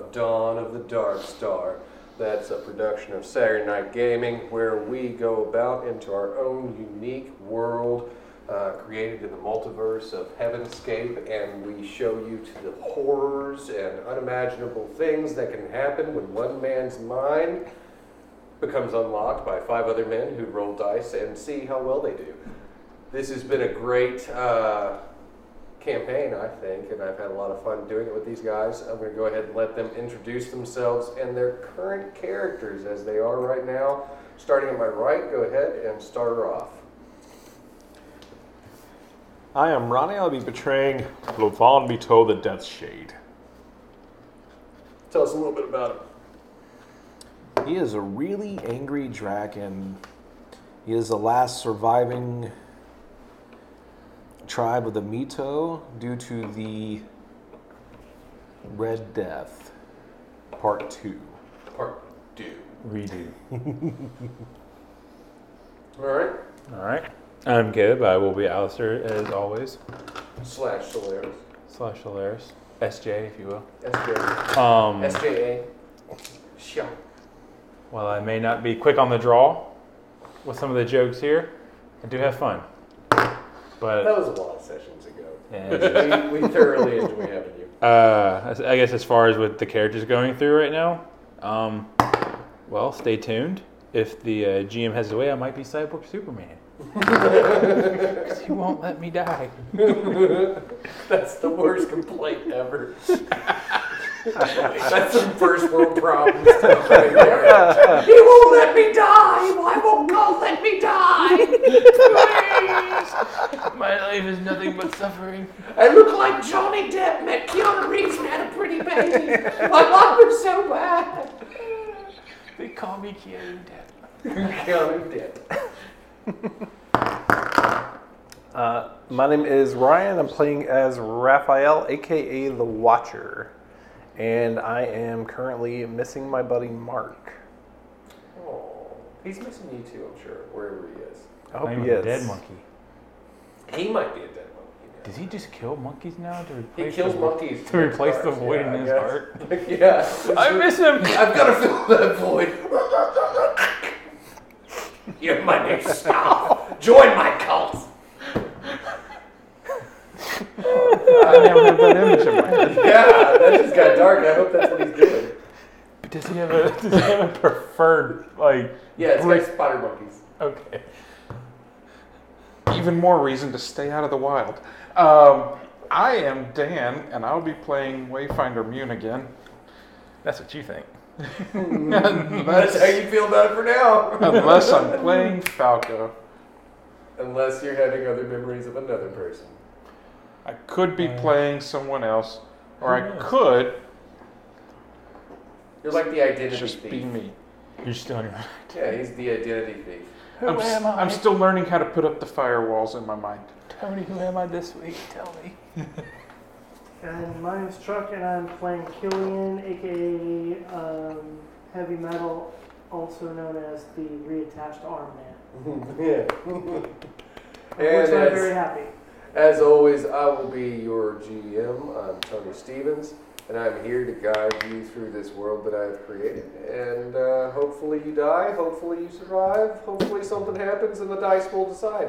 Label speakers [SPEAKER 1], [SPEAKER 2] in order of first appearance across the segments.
[SPEAKER 1] of the Dark Star. That's a production of Saturday Night Gaming where we go about into our own unique world uh, created in the multiverse of Heavenscape and we show you to the horrors and unimaginable things that can happen when one man's mind becomes unlocked by five other men who roll dice and see how well they do. This has been a great uh, campaign, I think, and I've had a lot of fun doing it with these guys. I'm going to go ahead and let them introduce themselves and their current characters as they are right now. Starting at my right, go ahead and start her off.
[SPEAKER 2] I am Ronnie. I'll be betraying Lovan Mito, the Death Shade.
[SPEAKER 1] Tell us a little bit about him.
[SPEAKER 3] He is a really angry dragon. He is the last surviving tribe of the Mito due to the Red Death, Part 2.
[SPEAKER 1] Part two.
[SPEAKER 4] Redo.
[SPEAKER 1] All right.
[SPEAKER 4] All right. I'm Gib. I will be Alistair as always,
[SPEAKER 1] Slash Solaris.
[SPEAKER 4] slash Solaris, SJ if you will.
[SPEAKER 1] SJ.
[SPEAKER 4] Um,
[SPEAKER 1] SJA. Shia.
[SPEAKER 4] while I may not be quick on the draw with some of the jokes here, I do have fun.
[SPEAKER 1] That
[SPEAKER 4] But
[SPEAKER 1] was a lot of sessions ago.
[SPEAKER 4] yeah, it's just-
[SPEAKER 1] we, we thoroughly enjoy having you.
[SPEAKER 4] uh, as- I guess as far as with the characters going through right now, um, well, stay tuned. If the uh, GM has his way, I might be Cyborg Superman. 'Cause he won't let me die.
[SPEAKER 1] That's the worst complaint ever. That's some first world problems. stuff right there. he won't let me die. Why won't God let me die?
[SPEAKER 4] My life is nothing but suffering.
[SPEAKER 1] I look like Johnny Depp met Keanu Reeves and had a pretty baby. My mom was so bad.
[SPEAKER 4] They call me Keanu Death.
[SPEAKER 1] Keanu Depp.
[SPEAKER 3] Uh, my name is Ryan. I'm playing as Raphael, aka The Watcher. And I am currently missing my buddy Mark.
[SPEAKER 1] Aw, Oh, He's missing you too, I'm sure, wherever he is.
[SPEAKER 3] I hope
[SPEAKER 4] I'm
[SPEAKER 3] he
[SPEAKER 4] a
[SPEAKER 3] is.
[SPEAKER 4] dead monkey.
[SPEAKER 1] He might be a dead monkey.
[SPEAKER 4] Does he just kill monkeys now to
[SPEAKER 1] now. He
[SPEAKER 4] replace?
[SPEAKER 1] kills
[SPEAKER 4] the,
[SPEAKER 1] monkeys.
[SPEAKER 4] to replace the void
[SPEAKER 1] Yeah,
[SPEAKER 4] in
[SPEAKER 1] I
[SPEAKER 4] his
[SPEAKER 1] guess.
[SPEAKER 4] heart.
[SPEAKER 1] yeah.
[SPEAKER 4] I miss him.
[SPEAKER 1] I've got to fill that void. You're my new staff. Join my cult.
[SPEAKER 4] I never have that image in my head.
[SPEAKER 1] Yeah, that just got dark. I hope that's what he's doing.
[SPEAKER 4] But does he have a does he have a preferred like?
[SPEAKER 1] Yeah, it's
[SPEAKER 4] breed?
[SPEAKER 1] got spider monkeys.
[SPEAKER 4] okay.
[SPEAKER 5] even more reason to stay out of the wild. Um, I am Dan, and I'll be playing Wayfinder Mune again.
[SPEAKER 4] That's what you think.
[SPEAKER 1] That's how
[SPEAKER 5] unless,
[SPEAKER 1] you feel about it for now.
[SPEAKER 5] unless I'm playing Falco.
[SPEAKER 1] Unless you're having other memories of another person.
[SPEAKER 5] I could be playing someone else, or
[SPEAKER 4] Uh, Who
[SPEAKER 5] I
[SPEAKER 4] knows?
[SPEAKER 5] could
[SPEAKER 1] You're like the identity
[SPEAKER 5] just
[SPEAKER 1] thief.
[SPEAKER 5] be me.
[SPEAKER 4] You're still in your.
[SPEAKER 1] Yeah, he's the identity thief.
[SPEAKER 4] Who
[SPEAKER 5] I'm, s-
[SPEAKER 4] am I?
[SPEAKER 5] I'm still learning how to put up the firewalls in my mind.
[SPEAKER 4] Tony. Who am I this week? Tell me.
[SPEAKER 6] And my name's Chuck, and I'm playing Killian, aka um, Heavy Metal, also known as the Reattached Arm Man.
[SPEAKER 1] yeah.
[SPEAKER 6] which
[SPEAKER 1] And
[SPEAKER 6] I'm
[SPEAKER 1] that's-
[SPEAKER 6] very happy.
[SPEAKER 1] As always, I will be your GM. I'm Tony Stevens, and I'm here to guide you through this world that I've created. And uh, hopefully, you die. Hopefully, you survive. Hopefully, something happens, and the dice will decide.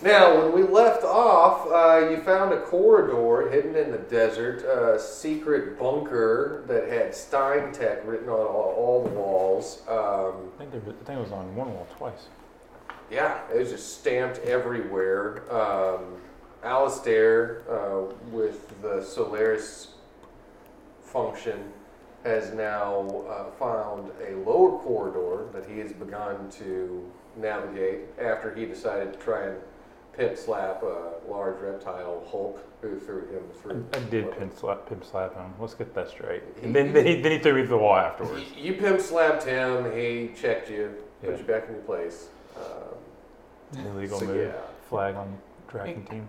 [SPEAKER 1] Now, when we left off, uh, you found a corridor hidden in the desert, a secret bunker that had Steintech written on all, all the walls. Um,
[SPEAKER 4] I think, there, was- I think it was on one wall twice.
[SPEAKER 1] yeah, it was just stamped everywhere. Um, Alistair, uh, with the Solaris function, has now uh, found a lower corridor that he has begun to navigate after he decided to try and pimp slap a large reptile Hulk who threw him through.
[SPEAKER 4] I did pimp slap, pimp slap him. Let's get that straight.
[SPEAKER 1] He-
[SPEAKER 4] And then, then, he, then he threw me to the wall afterwards.
[SPEAKER 1] You- You pimp slapped him, he checked you, put
[SPEAKER 4] Yeah.
[SPEAKER 1] you back in your place. Um,
[SPEAKER 4] Illegal
[SPEAKER 1] so,
[SPEAKER 4] move.
[SPEAKER 1] yeah.
[SPEAKER 4] Flag on tracking team.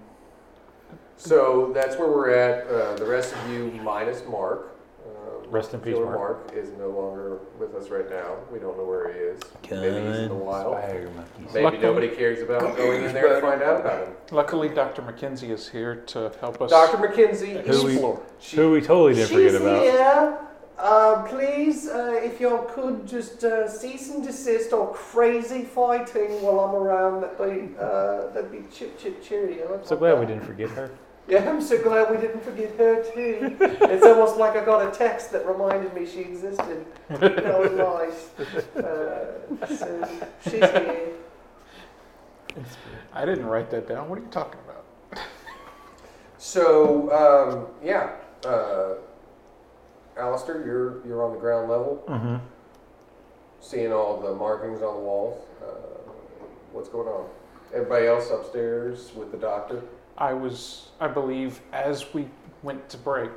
[SPEAKER 1] So that's where we're at. Uh, the rest of you, minus Mark. Um,
[SPEAKER 4] Rest in peace,
[SPEAKER 1] Killer
[SPEAKER 4] Mark.
[SPEAKER 1] Mark is no longer with us right now. We don't know where he is. Maybe he's in the wild.
[SPEAKER 4] Spider monkeys.
[SPEAKER 1] Maybe
[SPEAKER 5] Luckily-
[SPEAKER 1] nobody cares about going in there to find out about him.
[SPEAKER 5] Luckily, Dr. McKenzie is here to help us.
[SPEAKER 1] Dr. McKenzie,
[SPEAKER 4] Who we,
[SPEAKER 5] explore.
[SPEAKER 1] she,
[SPEAKER 4] who we totally
[SPEAKER 1] she's
[SPEAKER 4] didn't forget about.
[SPEAKER 1] here.
[SPEAKER 7] Uh, please, uh, if you could just uh, cease and desist or crazy fighting while I'm around, that'd be, uh, that'd be chip chip cheerio.
[SPEAKER 4] So glad we didn't forget her.
[SPEAKER 7] Yeah, I'm so glad we didn't forget her too. it's almost like I got a text that reminded me she existed. That was nice. Uh, so she's here.
[SPEAKER 5] I didn't write that down. What are you talking about?
[SPEAKER 1] So um, yeah, uh, Alistair, you're you're on the ground level,
[SPEAKER 4] Mm-hmm.
[SPEAKER 1] seeing all the markings on the walls. Uh, what's going on? Everybody else upstairs with the doctor.
[SPEAKER 5] I was, I believe, as we went to break,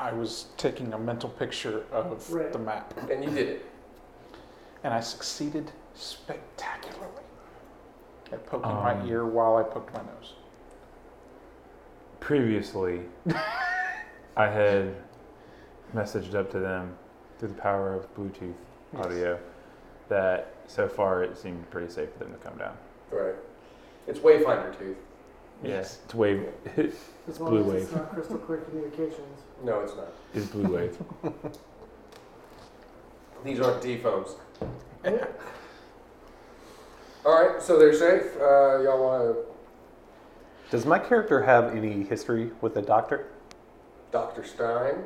[SPEAKER 5] I was taking a mental picture of
[SPEAKER 6] Right.
[SPEAKER 5] the map,
[SPEAKER 1] And you did it.
[SPEAKER 5] and I succeeded spectacularly at poking
[SPEAKER 4] Um.
[SPEAKER 5] my ear while I poked my nose.
[SPEAKER 4] previously I had messaged up to them through the power of Bluetooth
[SPEAKER 5] Yes.
[SPEAKER 4] audio that so far it seemed pretty safe for them to come down.
[SPEAKER 1] Right. It's Wayfinder tooth.
[SPEAKER 4] Yes. It's wave
[SPEAKER 6] As
[SPEAKER 4] Blue
[SPEAKER 6] long as it's
[SPEAKER 4] wave.
[SPEAKER 6] not crystal clear communications.
[SPEAKER 1] No, it's not.
[SPEAKER 4] is blue wave.
[SPEAKER 1] These aren't D phones. All right, so they're safe. Uh, y'all want to
[SPEAKER 3] Does my character have any history with the doctor?
[SPEAKER 1] Dr. Stein?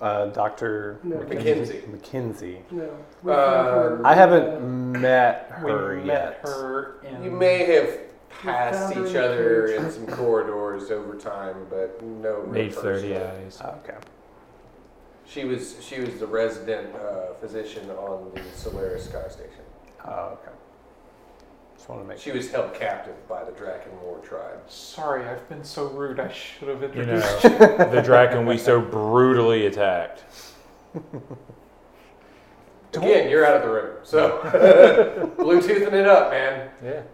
[SPEAKER 3] Uh, Doctor
[SPEAKER 6] No.
[SPEAKER 1] McKenzie.
[SPEAKER 3] McKenzie.
[SPEAKER 6] No.
[SPEAKER 1] Uh,
[SPEAKER 3] I haven't met
[SPEAKER 5] We
[SPEAKER 3] her
[SPEAKER 5] met
[SPEAKER 3] yet.
[SPEAKER 5] her in.
[SPEAKER 1] You may have passed each
[SPEAKER 6] found her in the
[SPEAKER 1] other
[SPEAKER 6] cage.
[SPEAKER 1] in some corridors over time, but no. real
[SPEAKER 4] Age thirty
[SPEAKER 1] person.
[SPEAKER 4] eyes.
[SPEAKER 3] Oh, okay.
[SPEAKER 1] She was she was the resident uh, physician on the Solaris Sky Station.
[SPEAKER 3] Oh, okay. Just want to make
[SPEAKER 1] She was held captive by the Draken War tribe.
[SPEAKER 5] Sorry, I've been so rude. I should have
[SPEAKER 4] You
[SPEAKER 5] introduced.
[SPEAKER 4] know the dragon we so brutally attacked.
[SPEAKER 1] Again, you're out of the room, so Bluetoothing it up, man.
[SPEAKER 4] Yeah.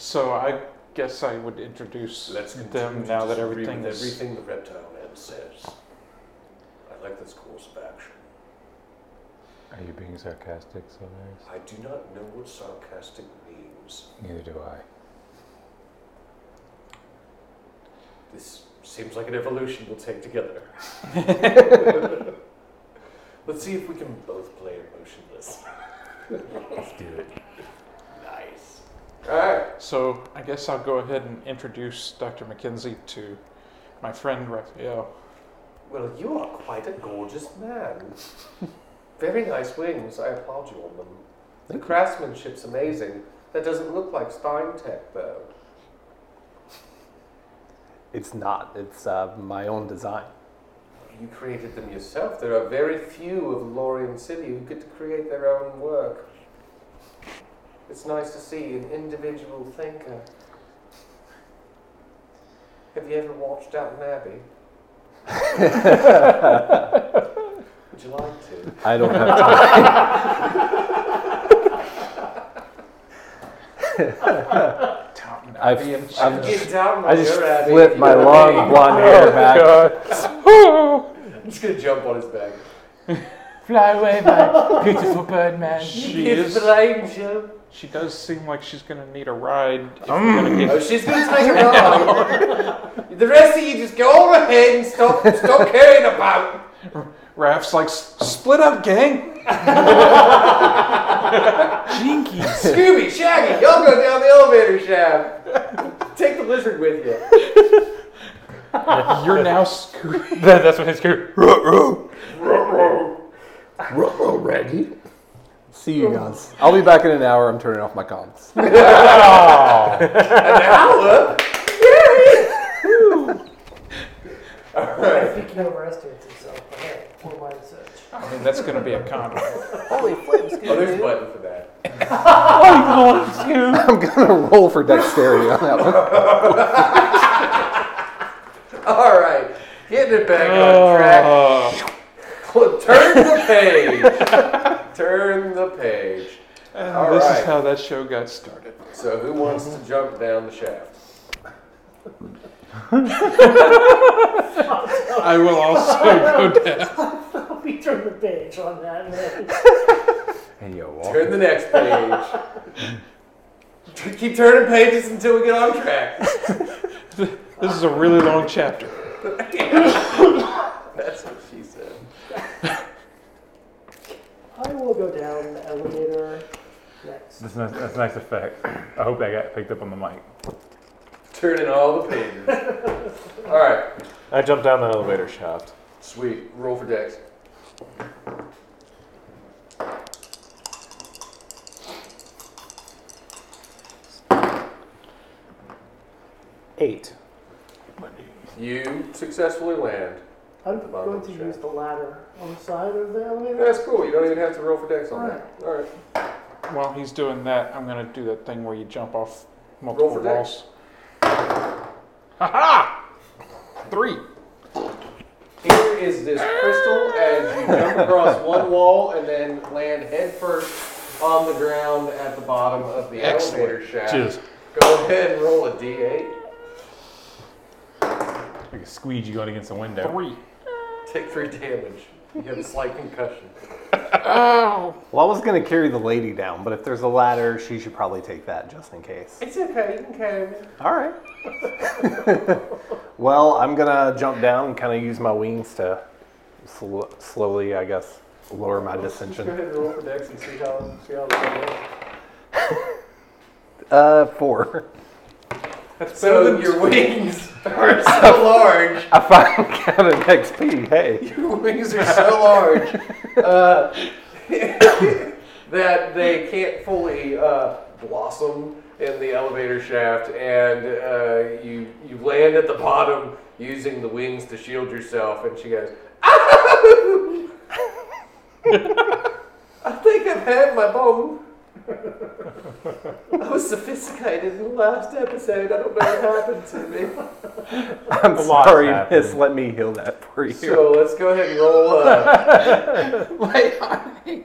[SPEAKER 5] So I guess I would introduce
[SPEAKER 1] Let's
[SPEAKER 5] them now that everything is.
[SPEAKER 1] everything the reptile man says. I like this course of action.
[SPEAKER 4] Are you being sarcastic, Solaris?
[SPEAKER 1] I do not know what sarcastic means.
[SPEAKER 4] Neither do I.
[SPEAKER 1] This seems like an evolution we'll take together. Let's see if we can both play emotionless.
[SPEAKER 4] Let's do it.
[SPEAKER 1] Nice. Alright.
[SPEAKER 5] So I guess I'll go ahead and introduce Dr. McKenzie to my friend Raphael.
[SPEAKER 1] Well, you are quite a gorgeous man. Very nice wings. I applaud you on them. The craftsmanship's amazing. That doesn't look like Steintech, though.
[SPEAKER 3] It's not. It's uh, my own design.
[SPEAKER 1] You created them yourself. There are very few of Lorien City who get to create their own work. It's nice to see an individual thinker. Have you ever watched Downton Abbey? Would you like to?
[SPEAKER 3] I don't have time.
[SPEAKER 5] Downton
[SPEAKER 3] I've-
[SPEAKER 5] Abbey and
[SPEAKER 3] I've-
[SPEAKER 5] Chester.
[SPEAKER 1] Get down
[SPEAKER 3] I
[SPEAKER 1] on
[SPEAKER 3] just
[SPEAKER 1] your Abbey.
[SPEAKER 3] flipped my
[SPEAKER 1] You're Oh,
[SPEAKER 3] long
[SPEAKER 1] Abbey.
[SPEAKER 3] blonde
[SPEAKER 4] Oh
[SPEAKER 3] hair back.
[SPEAKER 1] I'm just gonna jump on his back.
[SPEAKER 4] Fly away, my beautiful bird man.
[SPEAKER 5] she is.
[SPEAKER 1] angel.
[SPEAKER 5] She does seem like she's gonna need a ride. If we're gonna
[SPEAKER 1] Oh,
[SPEAKER 5] get,
[SPEAKER 1] she's gonna take it wrong. the rest of you just go on ahead and stop, stop caring about.
[SPEAKER 5] Raph's like "S- split up, gang.
[SPEAKER 4] Jinkies.
[SPEAKER 1] Scooby, Shaggy, y'all go down the elevator shaft. Take the lizard with you.
[SPEAKER 5] You're now Scooby.
[SPEAKER 4] That- that's what his character.
[SPEAKER 3] See you guys. I'll be back in an hour. I'm turning off my comms.
[SPEAKER 1] An hour?
[SPEAKER 6] If he can overestimate himself, but hey, poor mind such.
[SPEAKER 5] I mean, that's gonna be a condom.
[SPEAKER 7] Holy flips,
[SPEAKER 1] Oh, there's a button for that.
[SPEAKER 3] I'm gonna roll for dexterity on that one.
[SPEAKER 1] All right, getting it back on track. Pl- Turn the page. Turn the page.
[SPEAKER 5] Uh,
[SPEAKER 1] All
[SPEAKER 5] this
[SPEAKER 1] right.
[SPEAKER 5] is how that show got started.
[SPEAKER 1] So, who wants to
[SPEAKER 4] Mm-hmm.
[SPEAKER 1] jump down the shaft?
[SPEAKER 5] I will also go down.
[SPEAKER 6] We turn the page on that. Man.
[SPEAKER 4] And yo, walk.
[SPEAKER 1] Turn the next page. T- Keep turning pages until we get on track.
[SPEAKER 5] This is a really long chapter.
[SPEAKER 1] That's
[SPEAKER 7] next.
[SPEAKER 4] That's a nice, that's a nice effect. I hope that got picked up on the mic.
[SPEAKER 1] Turning all the pages. all right,
[SPEAKER 2] I jumped down the elevator shaft.
[SPEAKER 1] sweet. Roll for dex.
[SPEAKER 2] Eight.
[SPEAKER 1] You successfully land.
[SPEAKER 6] I'm
[SPEAKER 1] The bottom
[SPEAKER 6] going
[SPEAKER 1] of
[SPEAKER 6] to
[SPEAKER 1] the
[SPEAKER 6] use
[SPEAKER 1] shaft.
[SPEAKER 6] the ladder on the side of the elevator.
[SPEAKER 1] That's cool. You don't even have to roll for dex on that. All right.
[SPEAKER 5] While he's doing that, I'm gonna do that thing where you jump off
[SPEAKER 1] Roll
[SPEAKER 5] multiple
[SPEAKER 1] for dex.
[SPEAKER 5] walls. Ha ha! Three.
[SPEAKER 1] Here is this crystal as you jump across one wall and then land headfirst on the ground at the bottom of the
[SPEAKER 5] Excellent.
[SPEAKER 1] elevator shaft.
[SPEAKER 4] Cheers.
[SPEAKER 1] Go ahead and roll a d8.
[SPEAKER 4] Like a squeegee going against the window.
[SPEAKER 5] Three.
[SPEAKER 1] Take three damage. You have a slight concussion.
[SPEAKER 5] Oh.
[SPEAKER 3] Well, I was going to carry the lady down, but if there's a ladder, she should probably take that just in case.
[SPEAKER 7] It's okay, you can carry me.
[SPEAKER 3] All right. well, I'm going to jump down and kind of use my wings to sl- slowly, I guess, lower my
[SPEAKER 1] Go
[SPEAKER 3] dissension.
[SPEAKER 1] ahead and roll for dex and see how see how that goes.
[SPEAKER 3] Uh, four.
[SPEAKER 5] That's better
[SPEAKER 1] So
[SPEAKER 5] than
[SPEAKER 1] your wings are so large.
[SPEAKER 3] I finally got an XP. Hey.
[SPEAKER 1] Your wings are so large uh, that they can't fully uh, blossom in the elevator shaft, and uh, you you land at the bottom using the wings to shield yourself. And she goes,
[SPEAKER 7] I think I've had my bone. I was sophisticated in the last episode. I don't know what happened to me.
[SPEAKER 3] I'm
[SPEAKER 4] lot's
[SPEAKER 3] sorry,
[SPEAKER 4] happened.
[SPEAKER 3] miss. Let me heal that for you.
[SPEAKER 1] "So let's go ahead and roll." Uh,
[SPEAKER 5] Lay on me.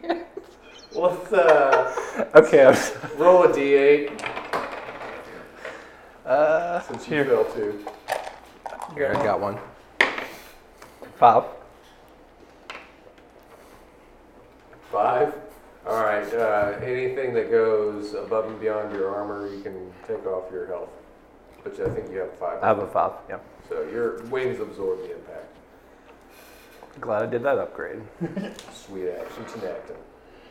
[SPEAKER 1] let's uh,
[SPEAKER 3] okay. I'm, s-
[SPEAKER 1] roll a d8
[SPEAKER 3] uh,
[SPEAKER 1] since you fell too.
[SPEAKER 3] here, I got one. Five.
[SPEAKER 1] Five. All right. Uh, anything that goes above and beyond your armor, you can take off your health. Which I think you have five.
[SPEAKER 3] I have a five. Yeah.
[SPEAKER 1] So your wings absorb the impact.
[SPEAKER 3] Glad I did that upgrade.
[SPEAKER 1] Sweet action, tenactin.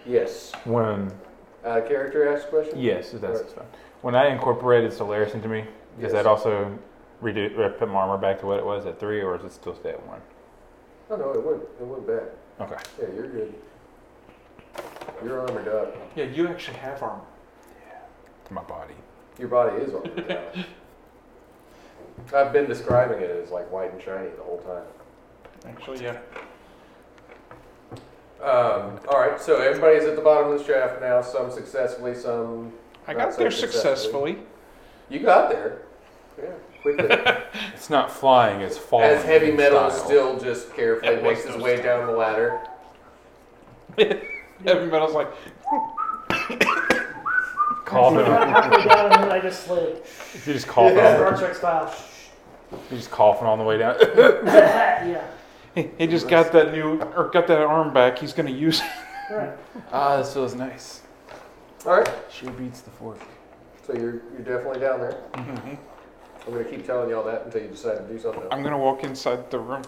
[SPEAKER 1] Yes.
[SPEAKER 4] When
[SPEAKER 1] Uh, character asked question.
[SPEAKER 4] yes, that's fine. When I incorporated Solaris into me,
[SPEAKER 1] Yes.
[SPEAKER 4] does that also redo or put my armor back to what it was at three, or is it still stay at one?
[SPEAKER 1] Oh no, it went. It went back.
[SPEAKER 4] Okay.
[SPEAKER 1] Yeah, you're good. You're armored up.
[SPEAKER 5] Yeah, you actually have armor.
[SPEAKER 4] My body.
[SPEAKER 1] Your body is armored up. I've been describing it as like white and shiny the whole time.
[SPEAKER 5] Actually, yeah.
[SPEAKER 1] Um, all right, so everybody's at the bottom of the shaft now. Some successfully, some
[SPEAKER 5] I
[SPEAKER 1] Not
[SPEAKER 5] got
[SPEAKER 1] so
[SPEAKER 5] there
[SPEAKER 1] successfully.
[SPEAKER 5] successfully.
[SPEAKER 1] you got there. Yeah, quickly.
[SPEAKER 4] It's not flying; it's falling.
[SPEAKER 1] As heavy
[SPEAKER 4] in
[SPEAKER 1] metal
[SPEAKER 4] style.
[SPEAKER 1] still just carefully
[SPEAKER 5] It
[SPEAKER 1] makes
[SPEAKER 5] was
[SPEAKER 1] his
[SPEAKER 5] no
[SPEAKER 1] way
[SPEAKER 5] style.
[SPEAKER 1] down the ladder.
[SPEAKER 5] Heavy metal's like,
[SPEAKER 4] cough
[SPEAKER 6] I got
[SPEAKER 4] him.
[SPEAKER 6] halfway down and then I just slid.
[SPEAKER 4] You just cough on.
[SPEAKER 6] Star Trek style.
[SPEAKER 4] You just coughing on the way down.
[SPEAKER 6] yeah.
[SPEAKER 5] he, he just got that new, or got that arm back. He's gonna use it.
[SPEAKER 6] All right.
[SPEAKER 5] Ah, this feels nice.
[SPEAKER 1] All right.
[SPEAKER 5] She beats the fork.
[SPEAKER 1] So you're you're definitely down there. I'm gonna keep telling y'all that until you decide to do something. else.
[SPEAKER 5] I'm gonna walk inside the room.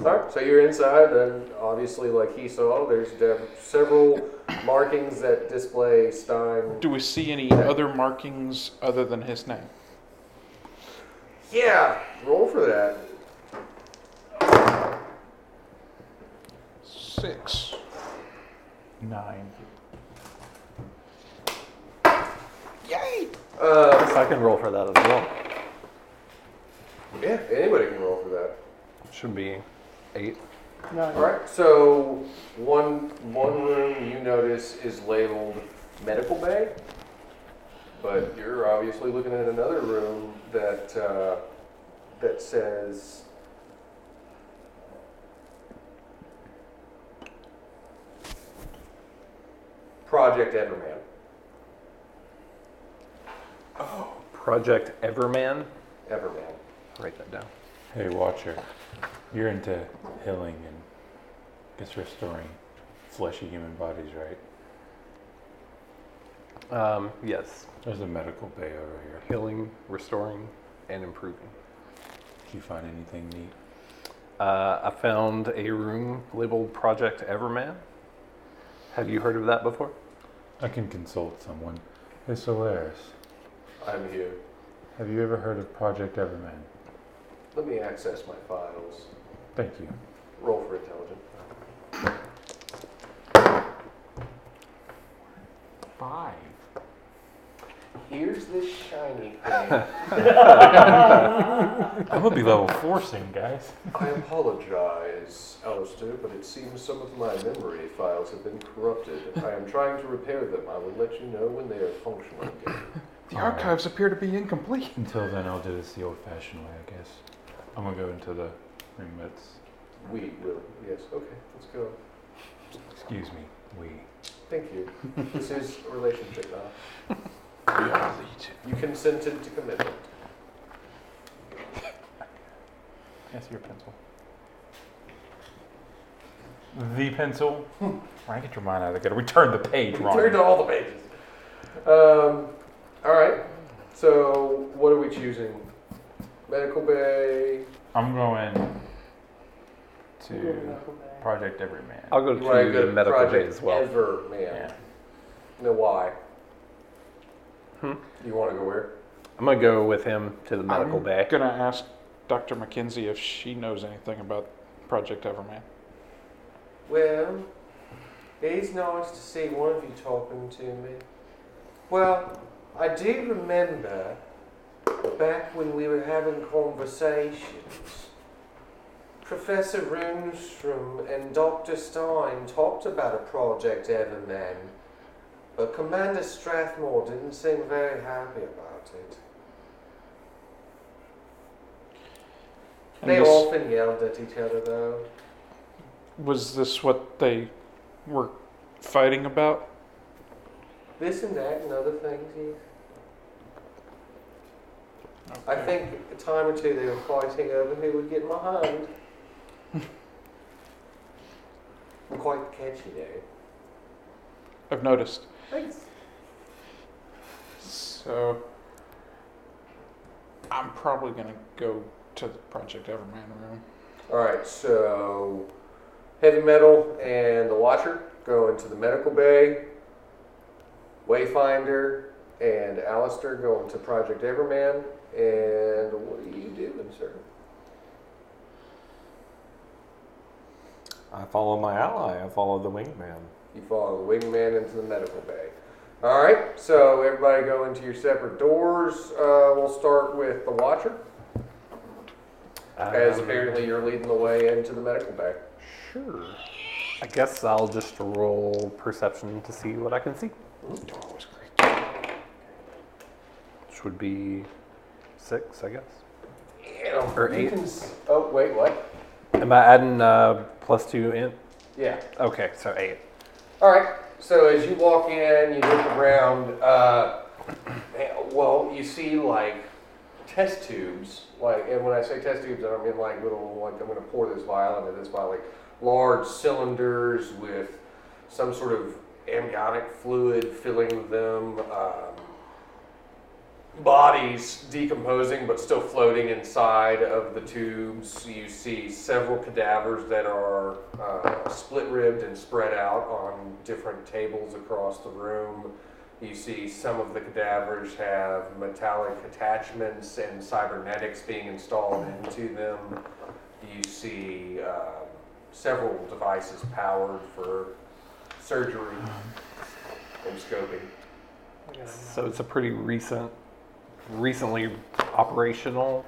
[SPEAKER 1] All right. So you're inside, and obviously, like he saw, there's de- several markings that display Stein.
[SPEAKER 5] Do we see any other markings other than his name?
[SPEAKER 1] Yeah. Roll for that.
[SPEAKER 5] Six.
[SPEAKER 4] Nine.
[SPEAKER 5] Yay!
[SPEAKER 1] Uh,
[SPEAKER 3] So I can roll for that as well.
[SPEAKER 1] yeah. Anybody can roll for that.
[SPEAKER 3] Should be eight.
[SPEAKER 1] All
[SPEAKER 6] No.
[SPEAKER 1] right. So one one room you notice is labeled medical bay, but you're obviously looking at another room that uh, that says Project Everman.
[SPEAKER 3] Project Everman.
[SPEAKER 1] Everman.
[SPEAKER 3] Write that down.
[SPEAKER 4] Hey, Watcher, you're into healing and just restoring fleshy human bodies, right?
[SPEAKER 3] Um, yes.
[SPEAKER 4] There's a medical bay over here.
[SPEAKER 3] Healing, restoring, and improving.
[SPEAKER 4] Did you find anything neat?
[SPEAKER 3] Uh, I found a room labeled Project Everman. Have you heard of that before?
[SPEAKER 8] I can consult someone. Hey, Solaris,
[SPEAKER 1] I'm here.
[SPEAKER 8] have you ever heard of Project Everman?
[SPEAKER 1] Let me access my files.
[SPEAKER 8] Thank you.
[SPEAKER 1] Roll for intelligence.
[SPEAKER 4] Five.
[SPEAKER 1] Here's this shiny thing.
[SPEAKER 4] I'm gonna be level four soon, guys.
[SPEAKER 1] I apologize, Alistair, but it seems some of my memory files have been corrupted. I am trying to repair them. I will let you know when they are functional again.
[SPEAKER 5] The archives appear to be incomplete.
[SPEAKER 8] Until then, I'll do this the old fashioned way, I guess. I'm gonna go into the room that's.
[SPEAKER 1] We will. Yes. Okay. Let's go.
[SPEAKER 8] Excuse me, we.
[SPEAKER 1] Thank you. This is a relationship now. You consented to commitment.
[SPEAKER 4] That's your pencil. The pencil. Ryan, get your mind out of the gutter. We turned the page, Ryan.
[SPEAKER 1] Turn to all the pages. Um, all right. So, what are we choosing? Medical Bay.
[SPEAKER 4] I'm going
[SPEAKER 6] Good
[SPEAKER 4] to
[SPEAKER 6] medical bay.
[SPEAKER 4] Project Everyman.
[SPEAKER 3] I'll go
[SPEAKER 1] You wanna
[SPEAKER 3] to
[SPEAKER 1] go
[SPEAKER 3] the medical bay
[SPEAKER 1] Project
[SPEAKER 3] as well.
[SPEAKER 1] Ever, man.
[SPEAKER 4] Yeah.
[SPEAKER 1] No, why?
[SPEAKER 3] Hmm?
[SPEAKER 1] You want to go where?
[SPEAKER 3] I'm gonna go with him to the medical
[SPEAKER 5] I'm
[SPEAKER 3] bay.
[SPEAKER 5] gonna ask Dr. McKenzie if she knows anything about Project Everman.
[SPEAKER 1] Well, it's nice to see one of you talking to me. Well, I do remember back when we were having conversations, Professor Runstrom and Dr. Stein talked about a project Everman, but Commander Strathmore didn't seem very happy about it.
[SPEAKER 5] And
[SPEAKER 1] They
[SPEAKER 5] this-
[SPEAKER 1] often yelled at each other, though.
[SPEAKER 5] Was this what they were fighting about?
[SPEAKER 1] This and that and other things, yeah. I think a time or two they were fighting over who would get my hand. I'm quite catchy though.
[SPEAKER 5] I've noticed.
[SPEAKER 1] Thanks.
[SPEAKER 5] So I'm probably gonna go to the Project Everman room.
[SPEAKER 1] Alright, so heavy metal and the watcher go into the medical bay. Wayfinder and Alistair go into Project Everman. And what are you doing, sir?
[SPEAKER 2] I follow my ally. I follow the wingman.
[SPEAKER 1] You follow the wingman into the medical bay. All right, so everybody go into your separate doors. Uh, we'll start with the watcher,
[SPEAKER 3] Uh,
[SPEAKER 1] as apparently you're leading the way into the medical bay.
[SPEAKER 3] Sure. I guess I'll just roll perception to see what I can see. Which would be six, I guess.
[SPEAKER 1] Yeah,
[SPEAKER 3] Or
[SPEAKER 1] you
[SPEAKER 3] eight.
[SPEAKER 1] can s- oh, wait, what?
[SPEAKER 3] Am I adding uh, plus two in?
[SPEAKER 1] Yeah.
[SPEAKER 3] Okay, so eight.
[SPEAKER 1] All right. So as you walk in, you look around. Uh, well, you see like test tubes. Like, and when I say test tubes, I don't mean like little like I'm going to pour this vial into this vial. Like large cylinders with some sort of amniotic fluid filling them. Um, bodies decomposing but still floating inside of the tubes. You see several cadavers that are uh, split ribbed and spread out on different tables across the room. You see some of the cadavers have metallic attachments and cybernetics being installed into them. You see um, several devices powered for surgery and scoping.
[SPEAKER 3] So it's a pretty recent, recently operational.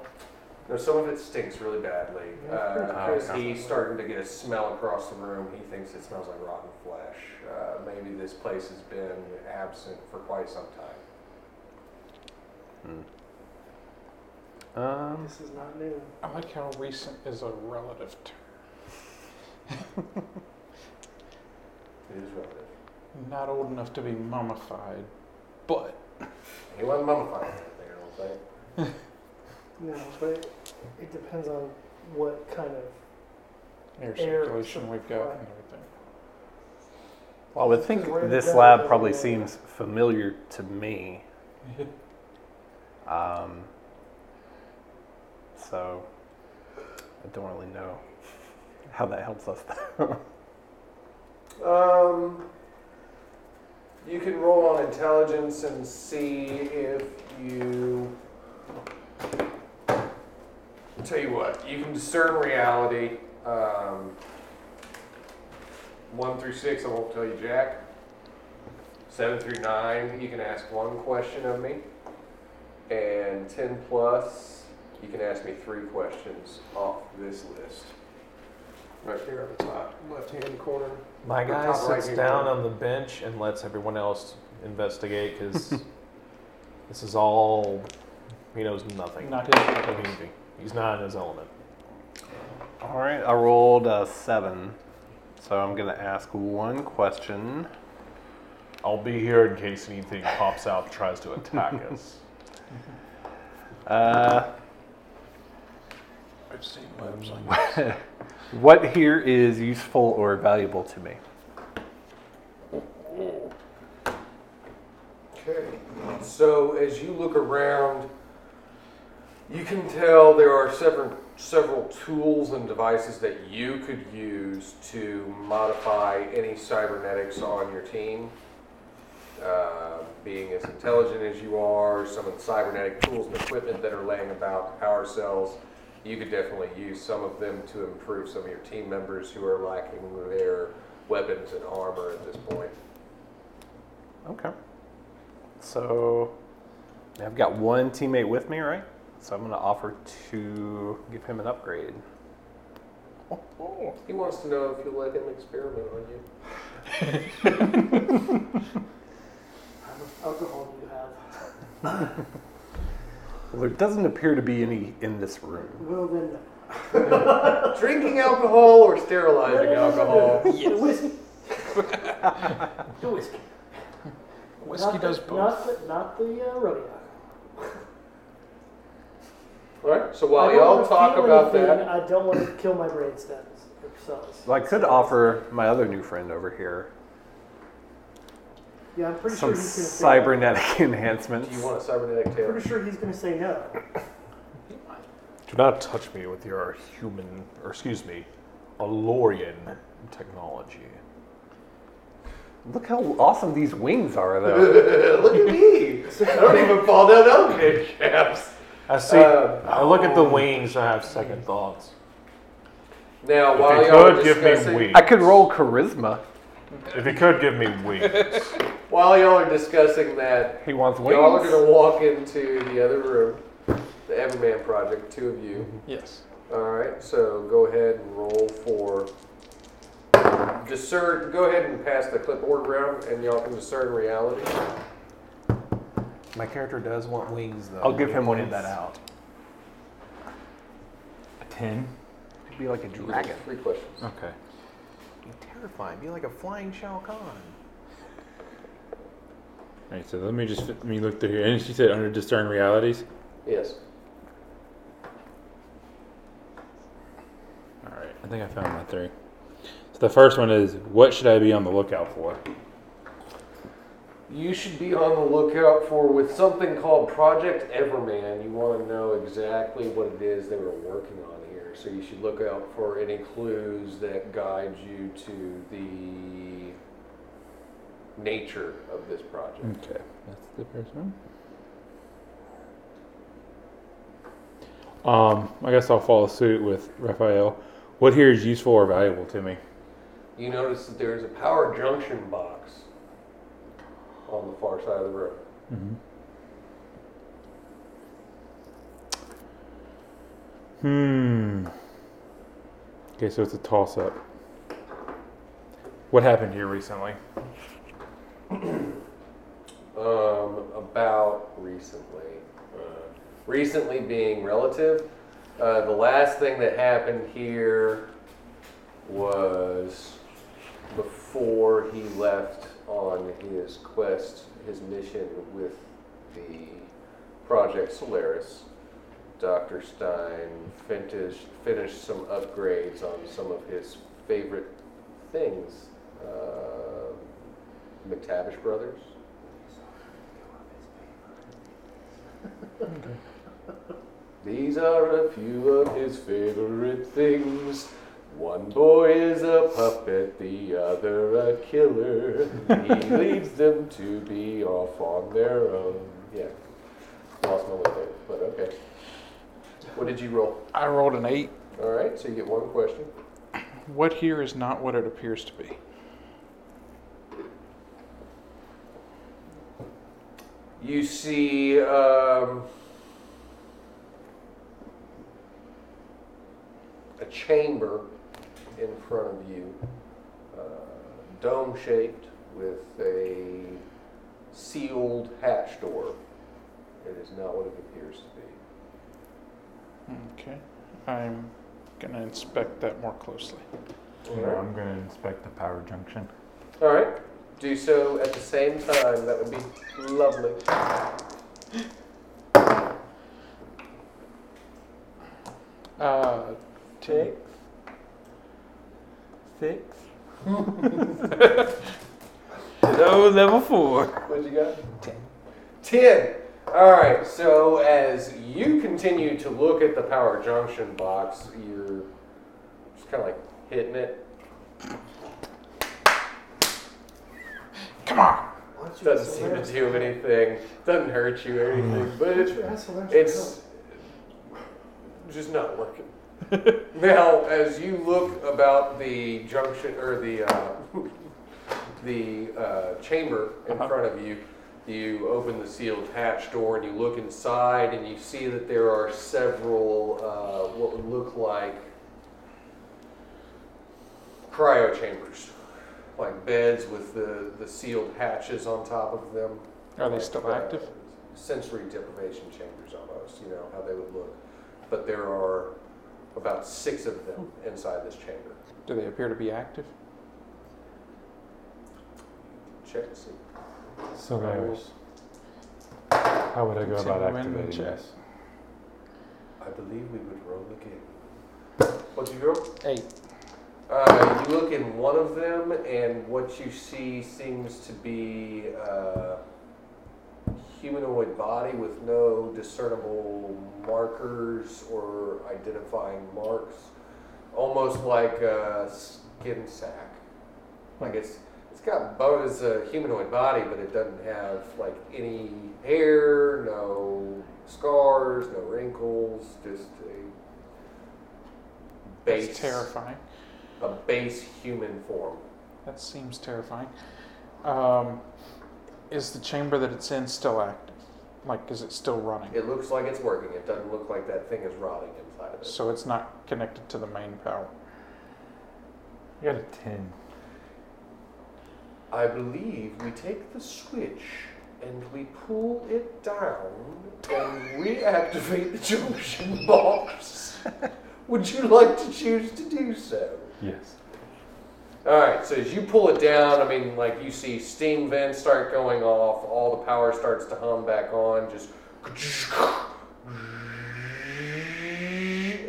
[SPEAKER 1] No, some of it stinks really badly.
[SPEAKER 6] Yeah,
[SPEAKER 1] Uh,
[SPEAKER 6] it's pretty
[SPEAKER 1] he's
[SPEAKER 6] disgusting.
[SPEAKER 1] starting to get a smell across the room. He thinks it smells like rotten flesh. Uh, maybe this place has been absent for quite some time.
[SPEAKER 3] Um,
[SPEAKER 6] This is not new.
[SPEAKER 5] I like how recent is a relative term.
[SPEAKER 1] It is relative.
[SPEAKER 5] Not old enough to be mummified, but
[SPEAKER 1] He wasn't mummified or anything, I don't think.
[SPEAKER 6] No, but it depends on what kind of.
[SPEAKER 5] air
[SPEAKER 6] Air
[SPEAKER 5] circulation we've got and
[SPEAKER 6] supply.
[SPEAKER 5] everything.
[SPEAKER 3] well, I would think this lab probably seems familiar to me. Um, so I don't really know how that helps us.
[SPEAKER 1] Um, You can roll on intelligence and see if you. I'll tell you what, you can discern reality. Um, one through six, I won't tell you Jack. Seven through nine, you can ask one question of me. And ten plus, you can ask me three questions off this list. Right here at the top left hand corner.
[SPEAKER 2] My
[SPEAKER 1] The
[SPEAKER 2] guy
[SPEAKER 1] top right
[SPEAKER 2] sits
[SPEAKER 1] hand
[SPEAKER 2] down
[SPEAKER 1] corner.
[SPEAKER 2] on the bench and lets everyone else investigate because this is all he knows nothing.
[SPEAKER 4] Not his
[SPEAKER 2] of anything. He's not in his element.
[SPEAKER 3] All right, I rolled a seven, so I'm gonna ask one question.
[SPEAKER 2] I'll be here in case anything pops out and tries to attack us.
[SPEAKER 3] Uh,
[SPEAKER 5] I've seen webs like
[SPEAKER 3] what here is useful or valuable to me?
[SPEAKER 1] Okay. So as you look around, you can tell there are several several tools and devices that you could use to modify any cybernetics on your team. Uh, being as intelligent as you are, some of the cybernetic tools and equipment that are laying about power cells, you could definitely use some of them to improve some of your team members who are lacking their weapons and armor at this point.
[SPEAKER 3] Okay. So I've got one teammate with me, right? So I'm gonna offer to give him an upgrade.
[SPEAKER 1] He wants to know if you'll let him experiment on you.
[SPEAKER 6] How much alcohol do you have?
[SPEAKER 3] Well, there doesn't appear to be any in this room.
[SPEAKER 6] Well then, no.
[SPEAKER 1] Drinking alcohol or sterilizing alcohol?
[SPEAKER 6] uh, The whiskey. the whiskey.
[SPEAKER 5] Whiskey
[SPEAKER 6] Not
[SPEAKER 5] does
[SPEAKER 6] the,
[SPEAKER 5] both.
[SPEAKER 6] Not the, not the uh, rodeo.
[SPEAKER 1] Alright, so
[SPEAKER 6] I
[SPEAKER 1] while
[SPEAKER 6] don't
[SPEAKER 1] y'all
[SPEAKER 6] wanna
[SPEAKER 1] talk
[SPEAKER 6] feel
[SPEAKER 1] about
[SPEAKER 6] anything,
[SPEAKER 1] that,
[SPEAKER 6] I don't want to kill my brain cells. or cells.
[SPEAKER 3] Well, I could offer my other new friend over here
[SPEAKER 6] Yeah, I'm pretty
[SPEAKER 3] some
[SPEAKER 6] sure he's gonna say.
[SPEAKER 3] cybernetic
[SPEAKER 1] do
[SPEAKER 3] enhancements.
[SPEAKER 1] you want a cybernetic
[SPEAKER 6] I'm
[SPEAKER 1] tail?
[SPEAKER 6] pretty sure he's gonna say no.
[SPEAKER 2] Do not touch me with your human, or excuse me, Alorian technology.
[SPEAKER 3] Look how awesome these wings are, though.
[SPEAKER 1] Look at me! I don't even fall down elevator shafts.
[SPEAKER 2] I see.
[SPEAKER 1] Uh,
[SPEAKER 2] I look at the wings. I have second thoughts.
[SPEAKER 1] Now,
[SPEAKER 2] If
[SPEAKER 1] while
[SPEAKER 2] he
[SPEAKER 1] y'all are
[SPEAKER 2] could give me
[SPEAKER 1] discussing,
[SPEAKER 2] wings,
[SPEAKER 3] I could roll charisma.
[SPEAKER 2] if he could give me wings,
[SPEAKER 1] while y'all are discussing that,
[SPEAKER 3] He wants wings.
[SPEAKER 1] y'all are gonna walk into the other room, the Everman Project. Two of you.
[SPEAKER 2] Mm-hmm.
[SPEAKER 5] Yes.
[SPEAKER 1] Alright, so go ahead and roll for discern. Go ahead and pass the clipboard round, and y'all can discern reality.
[SPEAKER 2] my character does want wings, though.
[SPEAKER 3] I'll give him one
[SPEAKER 2] Point
[SPEAKER 3] of
[SPEAKER 2] that
[SPEAKER 3] these.
[SPEAKER 2] out.
[SPEAKER 4] A ten.
[SPEAKER 3] He'd be like a dragon.
[SPEAKER 1] Three questions.
[SPEAKER 4] Okay.
[SPEAKER 3] He'd be terrifying. Be like a flying Shao Kahn.
[SPEAKER 4] All right. So let me just let me look through here. And she said under discern realities.
[SPEAKER 1] Yes.
[SPEAKER 4] All right. I think I found my three. So the first one is what should I be on the lookout for?
[SPEAKER 1] You should be on the lookout for with something called Project Everman. You want to know exactly what it is they were working on here. So you should look out for any clues that guide you to the nature of this project.
[SPEAKER 4] Okay, that's the first one. Um, I guess I'll follow suit with Raphael. What here is useful or valuable to me?
[SPEAKER 1] You notice that there is a power junction box on the far side of the room.
[SPEAKER 4] Hmm. Okay, so it's a toss up. What happened here recently?
[SPEAKER 1] Um, about recently. Uh, recently being relative. Uh, the last thing that happened here was before he left on his quest, his mission with the Project Solaris. Dr. Stein finished, finished some upgrades on some of his favorite things. Uh, McTavish Brothers. These are a few of his favorite things. One boy is a puppet, the other a killer. He leaves them to be off on their own. Yeah. Lost my way there, but okay. What did you roll?
[SPEAKER 5] I rolled an eight.
[SPEAKER 1] All right, so you get one question.
[SPEAKER 5] What here is not what it appears to be.
[SPEAKER 1] You see, um, a chamber in front of you, uh, dome shaped with a sealed hatch door. It is not what it appears to be.
[SPEAKER 5] Okay. I'm going to inspect that more closely.
[SPEAKER 8] I'm going to inspect the power junction.
[SPEAKER 1] All right. Do so at the same time. That would be lovely.
[SPEAKER 5] Uh,
[SPEAKER 3] Six. Six.
[SPEAKER 4] No, level four.
[SPEAKER 1] What'd you got? Ten. All right. So as you continue to look at the power junction box, you're just kind of like hitting it.
[SPEAKER 5] come on.
[SPEAKER 6] What's your
[SPEAKER 1] Doesn't seem to do anything. Doesn't hurt you or anything. But
[SPEAKER 6] What's
[SPEAKER 1] it's
[SPEAKER 6] your isolation code?
[SPEAKER 1] It's just not working. now, as you look about the junction or the uh, the uh, chamber in front of you, you open the sealed hatch door and you look inside and you see that there are several uh, what would look like cryo chambers, like beds with the, the sealed hatches on top of them
[SPEAKER 5] Are they
[SPEAKER 1] like,
[SPEAKER 5] still
[SPEAKER 1] uh,
[SPEAKER 5] active?
[SPEAKER 1] Sensory deprivation chambers, almost. You know how they would look, but there are about six of them inside this chamber.
[SPEAKER 5] Do they appear to be active?
[SPEAKER 1] Check and see.
[SPEAKER 8] So,
[SPEAKER 5] I will
[SPEAKER 8] Iris, how would I go about
[SPEAKER 5] continue in the
[SPEAKER 8] activating
[SPEAKER 5] chat.
[SPEAKER 8] this?
[SPEAKER 1] I believe we would roll again. What'd you roll?
[SPEAKER 5] Eight.
[SPEAKER 1] Uh, you look in one of them, and what you see seems to be a humanoid body with no discernible markers or identifying marks, almost like a skin sack. Like it's it's got bone as a humanoid body, but it doesn't have like any hair, no scars, no wrinkles, just a base
[SPEAKER 5] That's terrifying.
[SPEAKER 1] a base human form.
[SPEAKER 5] That seems terrifying. Um, is the chamber that it's in still active? Like, is it still running?
[SPEAKER 1] It looks like it's working. It doesn't look like that thing is rotting inside of it.
[SPEAKER 5] So it's not connected to the main power.
[SPEAKER 8] I got a 10.
[SPEAKER 1] I believe we take the switch and we pull it down and reactivate the junction box. Would you like to choose to do so?
[SPEAKER 8] Yes.
[SPEAKER 1] All right. So as you pull it down, I mean, like you see steam vents start going off. All the power starts to hum back on. Just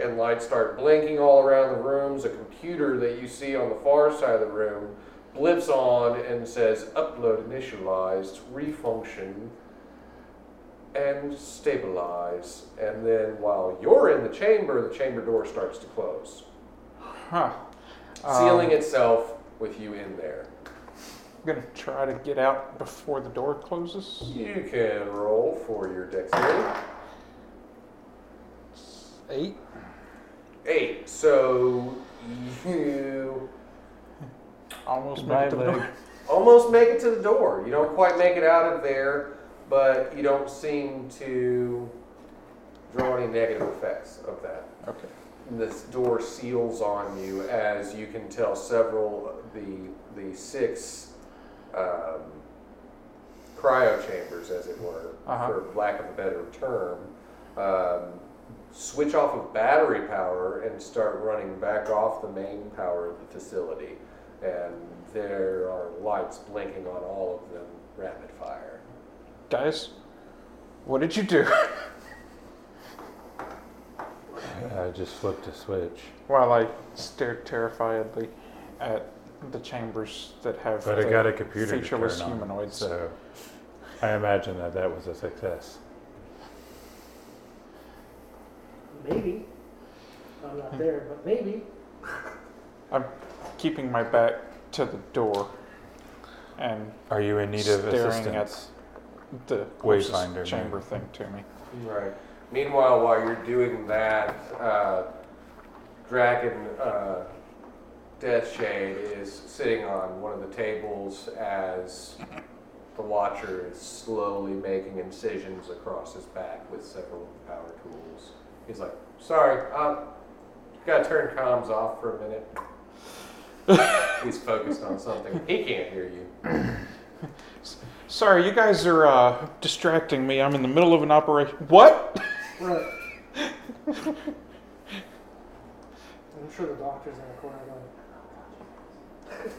[SPEAKER 1] and lights start blinking all around the rooms. A computer that you see on the far side of the room blips on and says upload initialized, refunction, and stabilize. And then while you're in the chamber, the chamber door starts to close
[SPEAKER 5] Huh.
[SPEAKER 1] sealing
[SPEAKER 5] Um,
[SPEAKER 1] itself with you in there.
[SPEAKER 5] I'm gonna try to get out before the door closes.
[SPEAKER 1] You can roll for your dexterity.
[SPEAKER 5] Eight.
[SPEAKER 1] Eight. So you
[SPEAKER 5] Almost made
[SPEAKER 8] Goodbye,
[SPEAKER 5] it to the
[SPEAKER 8] leg.
[SPEAKER 5] door.
[SPEAKER 1] almost make it to the door. You don't quite make it out of there, but you don't seem to draw any negative effects of that.
[SPEAKER 5] Okay.
[SPEAKER 1] This door seals on you as you can tell several the the six um, cryo chambers, as it were,
[SPEAKER 5] Uh-huh.
[SPEAKER 1] for lack of a better term, um, switch off of battery power and start running back off the main power of the facility. And there are lights blinking on all of them, rapid fire.
[SPEAKER 5] Guys, what did you do?
[SPEAKER 8] I just flipped a switch.
[SPEAKER 5] While I stared terrifiedly at the chambers that have
[SPEAKER 8] But
[SPEAKER 5] the
[SPEAKER 8] I got a computer to
[SPEAKER 5] featureless
[SPEAKER 8] turn on,
[SPEAKER 5] humanoids.
[SPEAKER 8] So I imagine that that was a success.
[SPEAKER 6] Maybe. I'm not there, but maybe.
[SPEAKER 5] I'm keeping my back to the door and
[SPEAKER 4] Are you in need of
[SPEAKER 5] Staring at-
[SPEAKER 4] assistance?
[SPEAKER 5] the closest
[SPEAKER 4] Wayfinder,
[SPEAKER 5] chamber
[SPEAKER 4] maybe.
[SPEAKER 5] thing to me.
[SPEAKER 1] Right. Meanwhile, while you're doing that, uh, Dragon uh, Deathshade is sitting on one of the tables as the Watcher is slowly making incisions across his back with several power tools. He's like, "Sorry, uh, gotta turn comms off for a minute." He's focused on something. He can't hear you.
[SPEAKER 5] Sorry, you guys are uh, distracting me. I'm in the middle of an operation. What?
[SPEAKER 6] Right. I'm sure the doctor's in the corner going,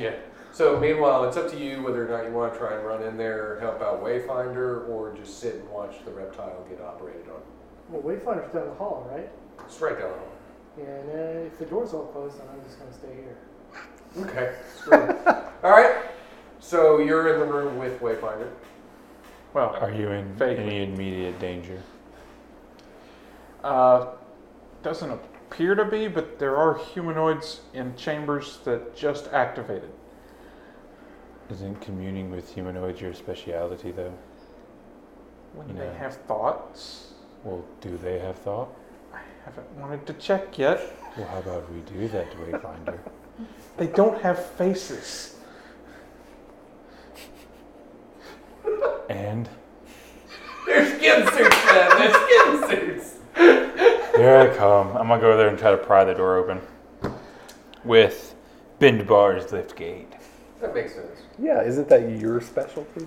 [SPEAKER 1] Yeah. So meanwhile, it's up to you whether or not you want to try and run in there, help out Wayfinder, or just sit and watch the reptile get operated on.
[SPEAKER 6] well, Wayfinder's down the hall, right?
[SPEAKER 1] It's right down the
[SPEAKER 6] Yeah, and uh, if the door's all closed, then I'm just going to stay here.
[SPEAKER 1] hall. Okay. Screw it. All right. So you're in the room with Wayfinder.
[SPEAKER 5] Well,
[SPEAKER 4] Are you in
[SPEAKER 5] Vaguely.
[SPEAKER 4] any immediate danger?
[SPEAKER 5] uh, doesn't appear to be, but there are humanoids in chambers that just activated.
[SPEAKER 4] Isn't communing with humanoids your speciality, though?
[SPEAKER 5] When
[SPEAKER 4] Yeah.
[SPEAKER 5] they have thoughts,
[SPEAKER 4] Well, do they have thought?
[SPEAKER 5] I haven't wanted to check yet.
[SPEAKER 4] Well, how about we do that, Wayfinder?
[SPEAKER 5] They don't have faces.
[SPEAKER 4] and
[SPEAKER 1] They're skin suits, man. They're skin suits.
[SPEAKER 4] here I come. I'm gonna go over there and try to pry the door open with bend bars, lift gate.
[SPEAKER 1] That makes sense.
[SPEAKER 3] Yeah, isn't that your specialty?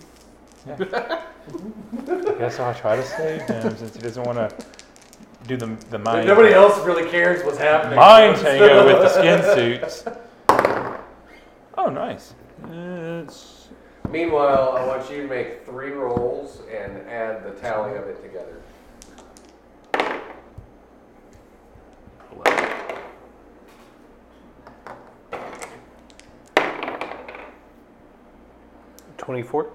[SPEAKER 4] That's all I try to say him since he doesn't want to do the the mind
[SPEAKER 1] Nobody else really cares what's happening.
[SPEAKER 4] mind tango with the skin suits. Oh, nice. Uh, It's
[SPEAKER 1] Meanwhile, I want you to make three rolls and add the tally of it together.
[SPEAKER 3] Twenty-four.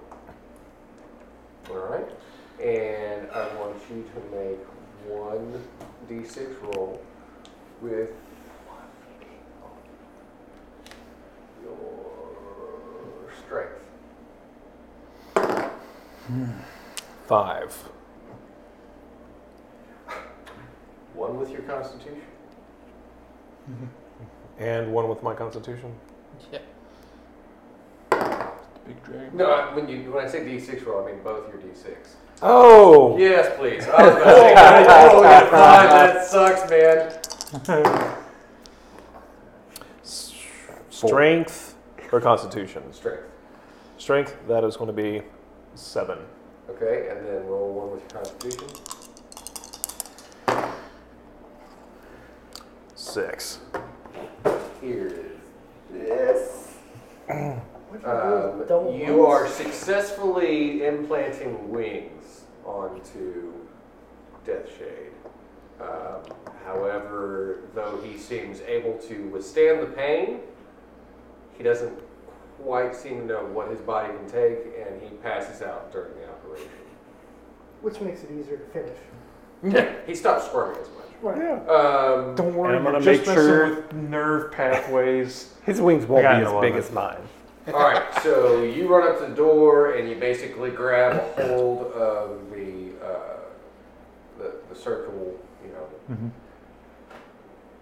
[SPEAKER 1] All right. And I want you to make one d6 roll with your strength.
[SPEAKER 3] Five.
[SPEAKER 1] One with your constitution.
[SPEAKER 3] And one with my constitution.
[SPEAKER 4] big dragon.
[SPEAKER 1] No, I- when you when I say d6 roll, I mean both your d6.
[SPEAKER 3] Oh.
[SPEAKER 1] Yes, please. I was gonna say, can I roll a five? That sucks, man.
[SPEAKER 3] Strength or constitution.
[SPEAKER 1] Strength.
[SPEAKER 3] Strength. That is going to be seven.
[SPEAKER 1] Okay, and then roll one with your constitution.
[SPEAKER 3] Six.
[SPEAKER 1] Here is this.
[SPEAKER 6] What if I
[SPEAKER 1] Um,
[SPEAKER 6] really don't
[SPEAKER 1] you
[SPEAKER 6] want
[SPEAKER 1] are successfully implanting wings onto Deathshade. Um, however, though he seems able to withstand the pain, he doesn't quite seem to know what his body can take, and he passes out during the operation.
[SPEAKER 6] Which makes it easier to finish.
[SPEAKER 1] he stops squirming as much.
[SPEAKER 6] Right.
[SPEAKER 3] Yeah.
[SPEAKER 1] Um,
[SPEAKER 5] Don't worry,
[SPEAKER 3] And I'm gonna
[SPEAKER 5] you're
[SPEAKER 3] make
[SPEAKER 5] just messing
[SPEAKER 3] sure-
[SPEAKER 5] with nerve pathways.
[SPEAKER 3] His wings won't
[SPEAKER 4] I got
[SPEAKER 3] be
[SPEAKER 4] no
[SPEAKER 3] as big
[SPEAKER 4] other.
[SPEAKER 3] as mine.
[SPEAKER 1] All right, so you run up to the door and you basically grab hold of the uh, the, the circle, you know.
[SPEAKER 5] Mm-hmm.
[SPEAKER 4] Mhm.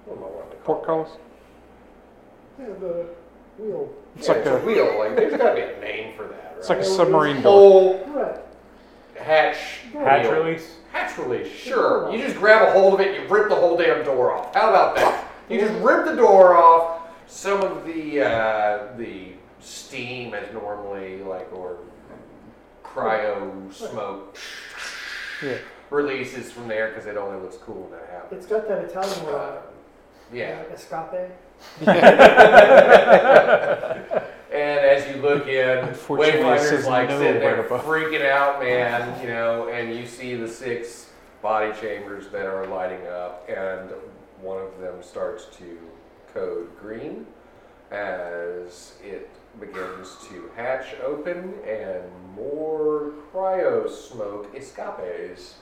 [SPEAKER 1] What am I wanting to call it?
[SPEAKER 5] Portcullis?
[SPEAKER 6] Yeah, the wheel.
[SPEAKER 5] It's
[SPEAKER 1] Yeah,
[SPEAKER 5] like
[SPEAKER 1] it's a
[SPEAKER 5] a,
[SPEAKER 1] wheel. Like there's got to be a name for that, right?
[SPEAKER 5] it's like a submarine door.
[SPEAKER 1] whole
[SPEAKER 6] Right.
[SPEAKER 1] hatch.
[SPEAKER 4] Hatch
[SPEAKER 1] wheel.
[SPEAKER 4] release.
[SPEAKER 1] Hatch release. Sure. You just grab a hold of it. You rip the whole damn door off. How about that? You just rip the door off. Some of the uh, the steam as normally like or cryo smoke
[SPEAKER 5] Yeah.
[SPEAKER 1] releases from there because it only looks cool when that happens.
[SPEAKER 6] It's got that Italian one.
[SPEAKER 1] Uh,
[SPEAKER 6] on it,
[SPEAKER 1] yeah.
[SPEAKER 6] Escape.
[SPEAKER 1] And as you look in,
[SPEAKER 5] Unfortunately, it
[SPEAKER 1] Wayfinder's
[SPEAKER 5] says
[SPEAKER 1] like
[SPEAKER 5] no
[SPEAKER 1] sitting there
[SPEAKER 5] right above.
[SPEAKER 1] freaking out, man, you know, and you see the six body chambers that are lighting up, and one of them starts to code green as it begins to hatch open, and more cryo smoke escapes.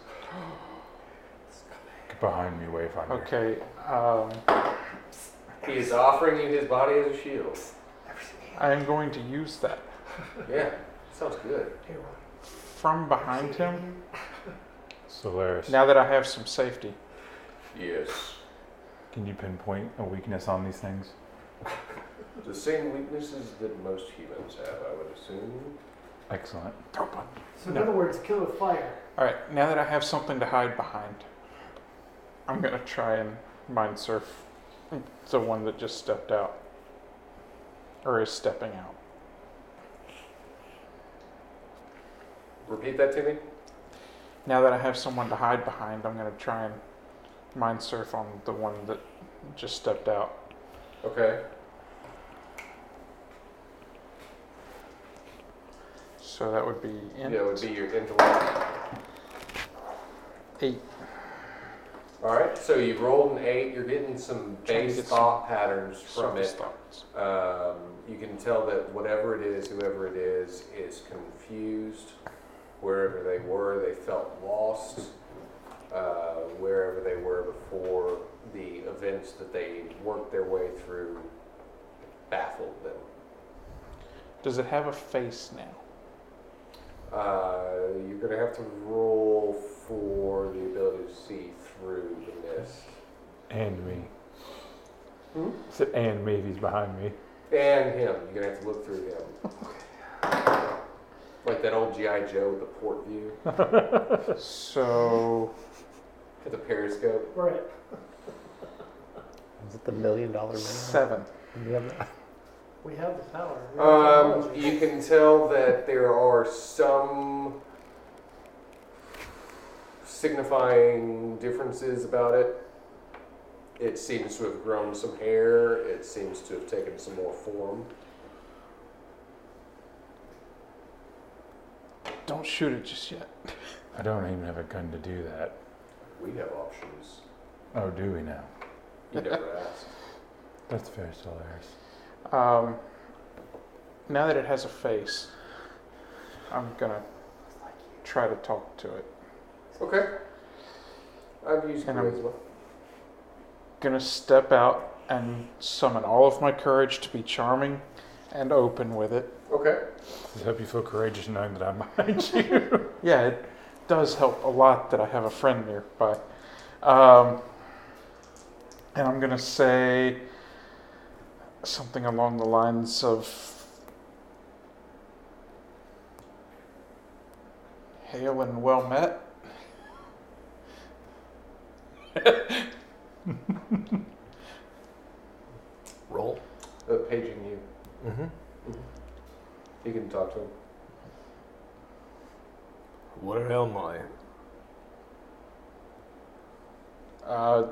[SPEAKER 8] Get behind me, Wayfinder.
[SPEAKER 5] Okay. Um,
[SPEAKER 1] He is offering you his body as a shield.
[SPEAKER 5] I am going to use that.
[SPEAKER 1] Yeah, sounds good.
[SPEAKER 5] From behind him,
[SPEAKER 8] Solaris,
[SPEAKER 5] now that I have some safety.
[SPEAKER 1] Yes.
[SPEAKER 8] can you pinpoint a weakness on these things?
[SPEAKER 1] The same weaknesses that most humans have, I would assume.
[SPEAKER 8] Excellent.
[SPEAKER 6] So in
[SPEAKER 5] No.
[SPEAKER 6] other words, kill with fire.
[SPEAKER 5] Alright, now that I have something to hide behind, I'm going to try and mind surf the one that just stepped out. Or is stepping out.
[SPEAKER 1] Repeat that to me.
[SPEAKER 5] Now that I have someone to hide behind, I'm going to try and mind surf on the one that just stepped out.
[SPEAKER 1] Okay.
[SPEAKER 5] So that would be in
[SPEAKER 1] Yeah, it would be your intellect.
[SPEAKER 5] eight.
[SPEAKER 1] All right. So you rolled an eight. You're getting some
[SPEAKER 5] Trying to
[SPEAKER 1] base
[SPEAKER 5] get some
[SPEAKER 1] thought patterns from
[SPEAKER 5] surface
[SPEAKER 1] it.
[SPEAKER 5] thoughts.
[SPEAKER 1] Um, you can tell that whatever it is, whoever it is, is confused. Wherever they were, they felt lost. Uh, wherever they were before, the events that they worked their way through baffled them.
[SPEAKER 5] Does it have a face now?
[SPEAKER 1] Uh, you're going to have to roll for the ability to see through the mist.
[SPEAKER 8] And me.
[SPEAKER 3] Hmm?
[SPEAKER 8] Is it and me if he's behind me?
[SPEAKER 1] And him. You're going to have to look through him. Like that old G.I. Joe with the port view,
[SPEAKER 5] So
[SPEAKER 1] with the periscope.
[SPEAKER 6] Right.
[SPEAKER 3] Is it the million dollar
[SPEAKER 5] seven.
[SPEAKER 6] We have the power. We have
[SPEAKER 1] Um,
[SPEAKER 6] technology.
[SPEAKER 1] you can tell that there are some signifying differences about it. It seems to have grown some hair. It seems to have taken some more form.
[SPEAKER 5] Don't shoot it just yet.
[SPEAKER 8] I don't even have a gun to do that.
[SPEAKER 1] We have options.
[SPEAKER 8] Oh, do we now?
[SPEAKER 1] You never asked.
[SPEAKER 8] That's fair, Solaris.
[SPEAKER 5] Um, now that it has a face, I'm gonna try to talk to it.
[SPEAKER 1] Okay. I've used
[SPEAKER 5] And I'm-
[SPEAKER 1] charisma.
[SPEAKER 5] Gonna step out and summon all of my courage to be charming and open with it.
[SPEAKER 1] Okay.
[SPEAKER 8] Does it help you feel courageous knowing that I'm behind you?
[SPEAKER 5] Yeah, it does help a lot that I have a friend nearby. Um, and I'm going to say something along the lines of Hail and well met.
[SPEAKER 2] Roll.
[SPEAKER 1] Uh, paging you.
[SPEAKER 2] Mm-hmm.
[SPEAKER 1] You can talk to him.
[SPEAKER 2] Where am I?
[SPEAKER 5] Uh,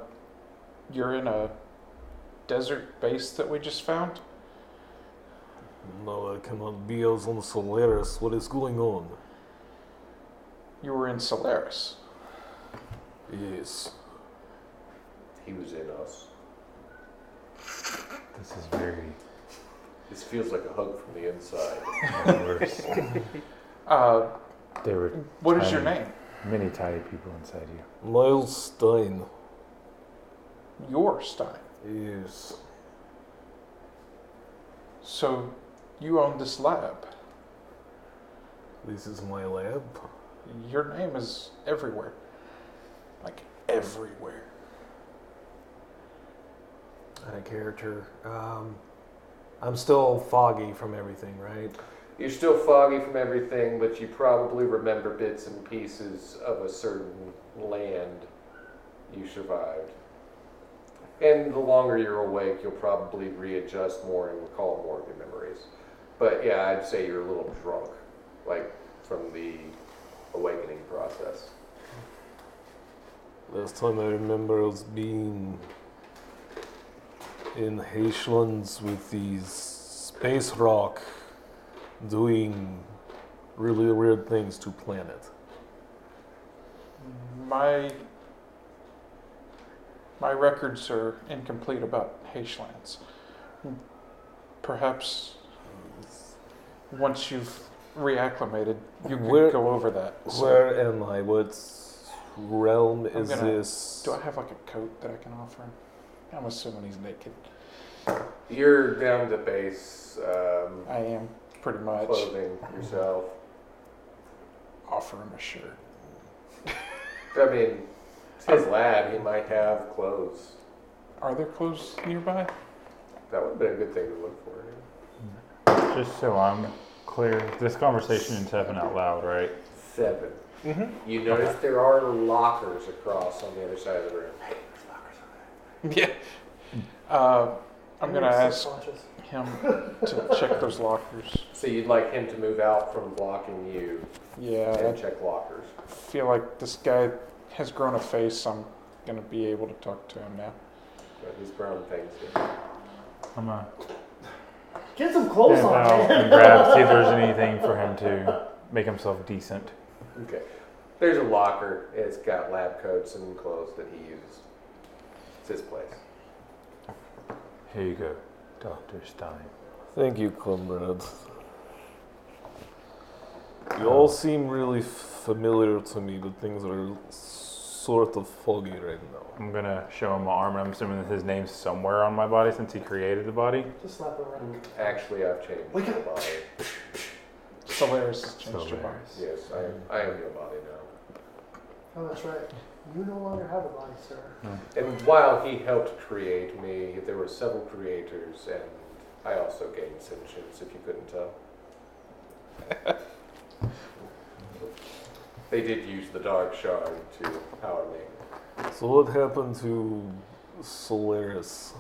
[SPEAKER 5] you're in a desert base that we just found.
[SPEAKER 2] No, I cannot be out on Solaris. What is going on?
[SPEAKER 5] You were in Solaris.
[SPEAKER 2] Yes.
[SPEAKER 1] He was in us.
[SPEAKER 8] This is very
[SPEAKER 1] This feels like a hug from the inside.
[SPEAKER 8] worse.
[SPEAKER 5] Uh,
[SPEAKER 8] There were
[SPEAKER 5] what is your
[SPEAKER 8] Tiny.
[SPEAKER 5] name?
[SPEAKER 8] many tidy people inside you.
[SPEAKER 2] Miles Stein.
[SPEAKER 5] Your Stein.
[SPEAKER 2] Yes.
[SPEAKER 5] So you own this lab.
[SPEAKER 2] This is my lab.
[SPEAKER 5] Your name is everywhere. Like everywhere.
[SPEAKER 9] and a character. Um, I'm still foggy from everything, right?
[SPEAKER 1] You're still foggy from everything, but you probably remember bits and pieces of a certain land you survived. And the longer you're awake, you'll probably readjust more and recall more of your memories. But yeah, I'd say you're a little drunk, like from the awakening process.
[SPEAKER 2] Last time I remember us being in Haitians with these space rock doing really weird things to planet.
[SPEAKER 5] My my records are incomplete about Haishlands. Perhaps once you've reacclimated, you can
[SPEAKER 2] Where-
[SPEAKER 5] go over that. So,
[SPEAKER 2] Where am I? What realm is
[SPEAKER 5] gonna-
[SPEAKER 2] this?
[SPEAKER 5] do I have like a coat that I can offer him? I'm assuming he's naked.
[SPEAKER 1] You're down to base um,
[SPEAKER 5] I am pretty much
[SPEAKER 1] clothing yourself.
[SPEAKER 5] offer him a shirt.
[SPEAKER 1] I mean, it's his lab. He might have clothes.
[SPEAKER 5] Are there clothes nearby?
[SPEAKER 1] That would have been a good thing to look for.
[SPEAKER 10] Just so I'm clear, this conversation is happening out loud, right?
[SPEAKER 1] Seven. You notice there are lockers across on the other side of the room.
[SPEAKER 5] Yeah. Uh, I'm gonna ask
[SPEAKER 6] Subconscious.
[SPEAKER 5] him to check those lockers.
[SPEAKER 1] So you'd like him to move out from blocking you
[SPEAKER 5] Yeah,
[SPEAKER 1] and check lockers.
[SPEAKER 5] I feel like this guy has grown a face. I'm gonna be able to talk to him now.
[SPEAKER 1] But he's grown things here.
[SPEAKER 10] I'm gonna
[SPEAKER 6] Get some
[SPEAKER 3] Oh,
[SPEAKER 6] clothes
[SPEAKER 10] dip
[SPEAKER 6] on,
[SPEAKER 10] out
[SPEAKER 6] man.
[SPEAKER 10] and grab, see if there's anything for him to make himself decent.
[SPEAKER 1] Okay. There's a locker. It's got lab coats and clothes that he uses. It's his place.
[SPEAKER 4] Here you go, Dr. Stein.
[SPEAKER 2] Thank you, comrades. You all seem really familiar to me, but things are sort of foggy right now.
[SPEAKER 10] I'm gonna show him my arm, and I'm assuming that his name's somewhere on my body since he created the body.
[SPEAKER 6] Just slap it around.
[SPEAKER 1] Actually, I've changed my body.
[SPEAKER 5] Solaris has changed your mind.
[SPEAKER 4] Hilarious.
[SPEAKER 1] Yes, I, I am your body now.
[SPEAKER 6] Oh, that's right. You no longer have a body, sir.
[SPEAKER 1] And while he helped create me, there were several creators, and I also gained sentience, if you couldn't tell. they did use the dark shard to power me.
[SPEAKER 2] So, what happened to Solaris?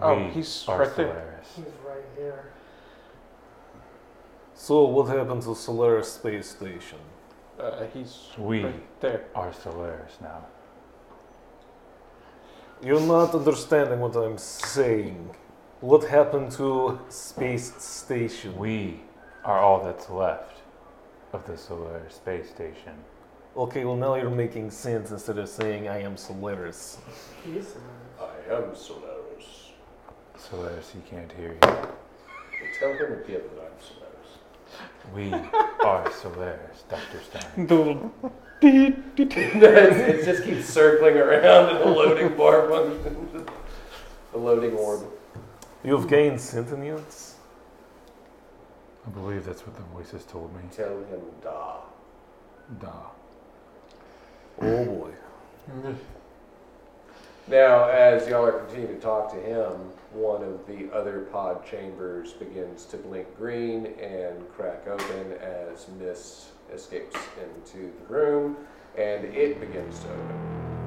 [SPEAKER 5] Oh,
[SPEAKER 4] We
[SPEAKER 5] he's
[SPEAKER 4] are
[SPEAKER 5] right there.
[SPEAKER 4] Solaris.
[SPEAKER 6] He's right there.
[SPEAKER 2] So, what happened to Solaris space station?
[SPEAKER 5] Uh, he's
[SPEAKER 4] We
[SPEAKER 5] right there.
[SPEAKER 4] are Solaris now.
[SPEAKER 2] You're not understanding what I'm saying. What happened to space station?
[SPEAKER 4] We are all that's left of the Solaris space station.
[SPEAKER 2] Okay, well now you're making sense instead of saying I am Solaris.
[SPEAKER 6] He is the
[SPEAKER 1] I am Solaris.
[SPEAKER 4] Solaris, he can't hear you.
[SPEAKER 1] Tell him again that I'm Solaris.
[SPEAKER 4] We are Solaris, Dr. Stein.
[SPEAKER 5] The little
[SPEAKER 1] it just keeps circling around in the loading bar function. the loading orb.
[SPEAKER 2] You've gained sentience?
[SPEAKER 4] I believe that's what the voices told me.
[SPEAKER 1] Tell him da.
[SPEAKER 4] Duh.
[SPEAKER 2] Oh boy.
[SPEAKER 1] Now, as y'all are continuing to talk to him, one of the other pod chambers begins to blink green and crack open as mist escapes into the room, and it begins to open.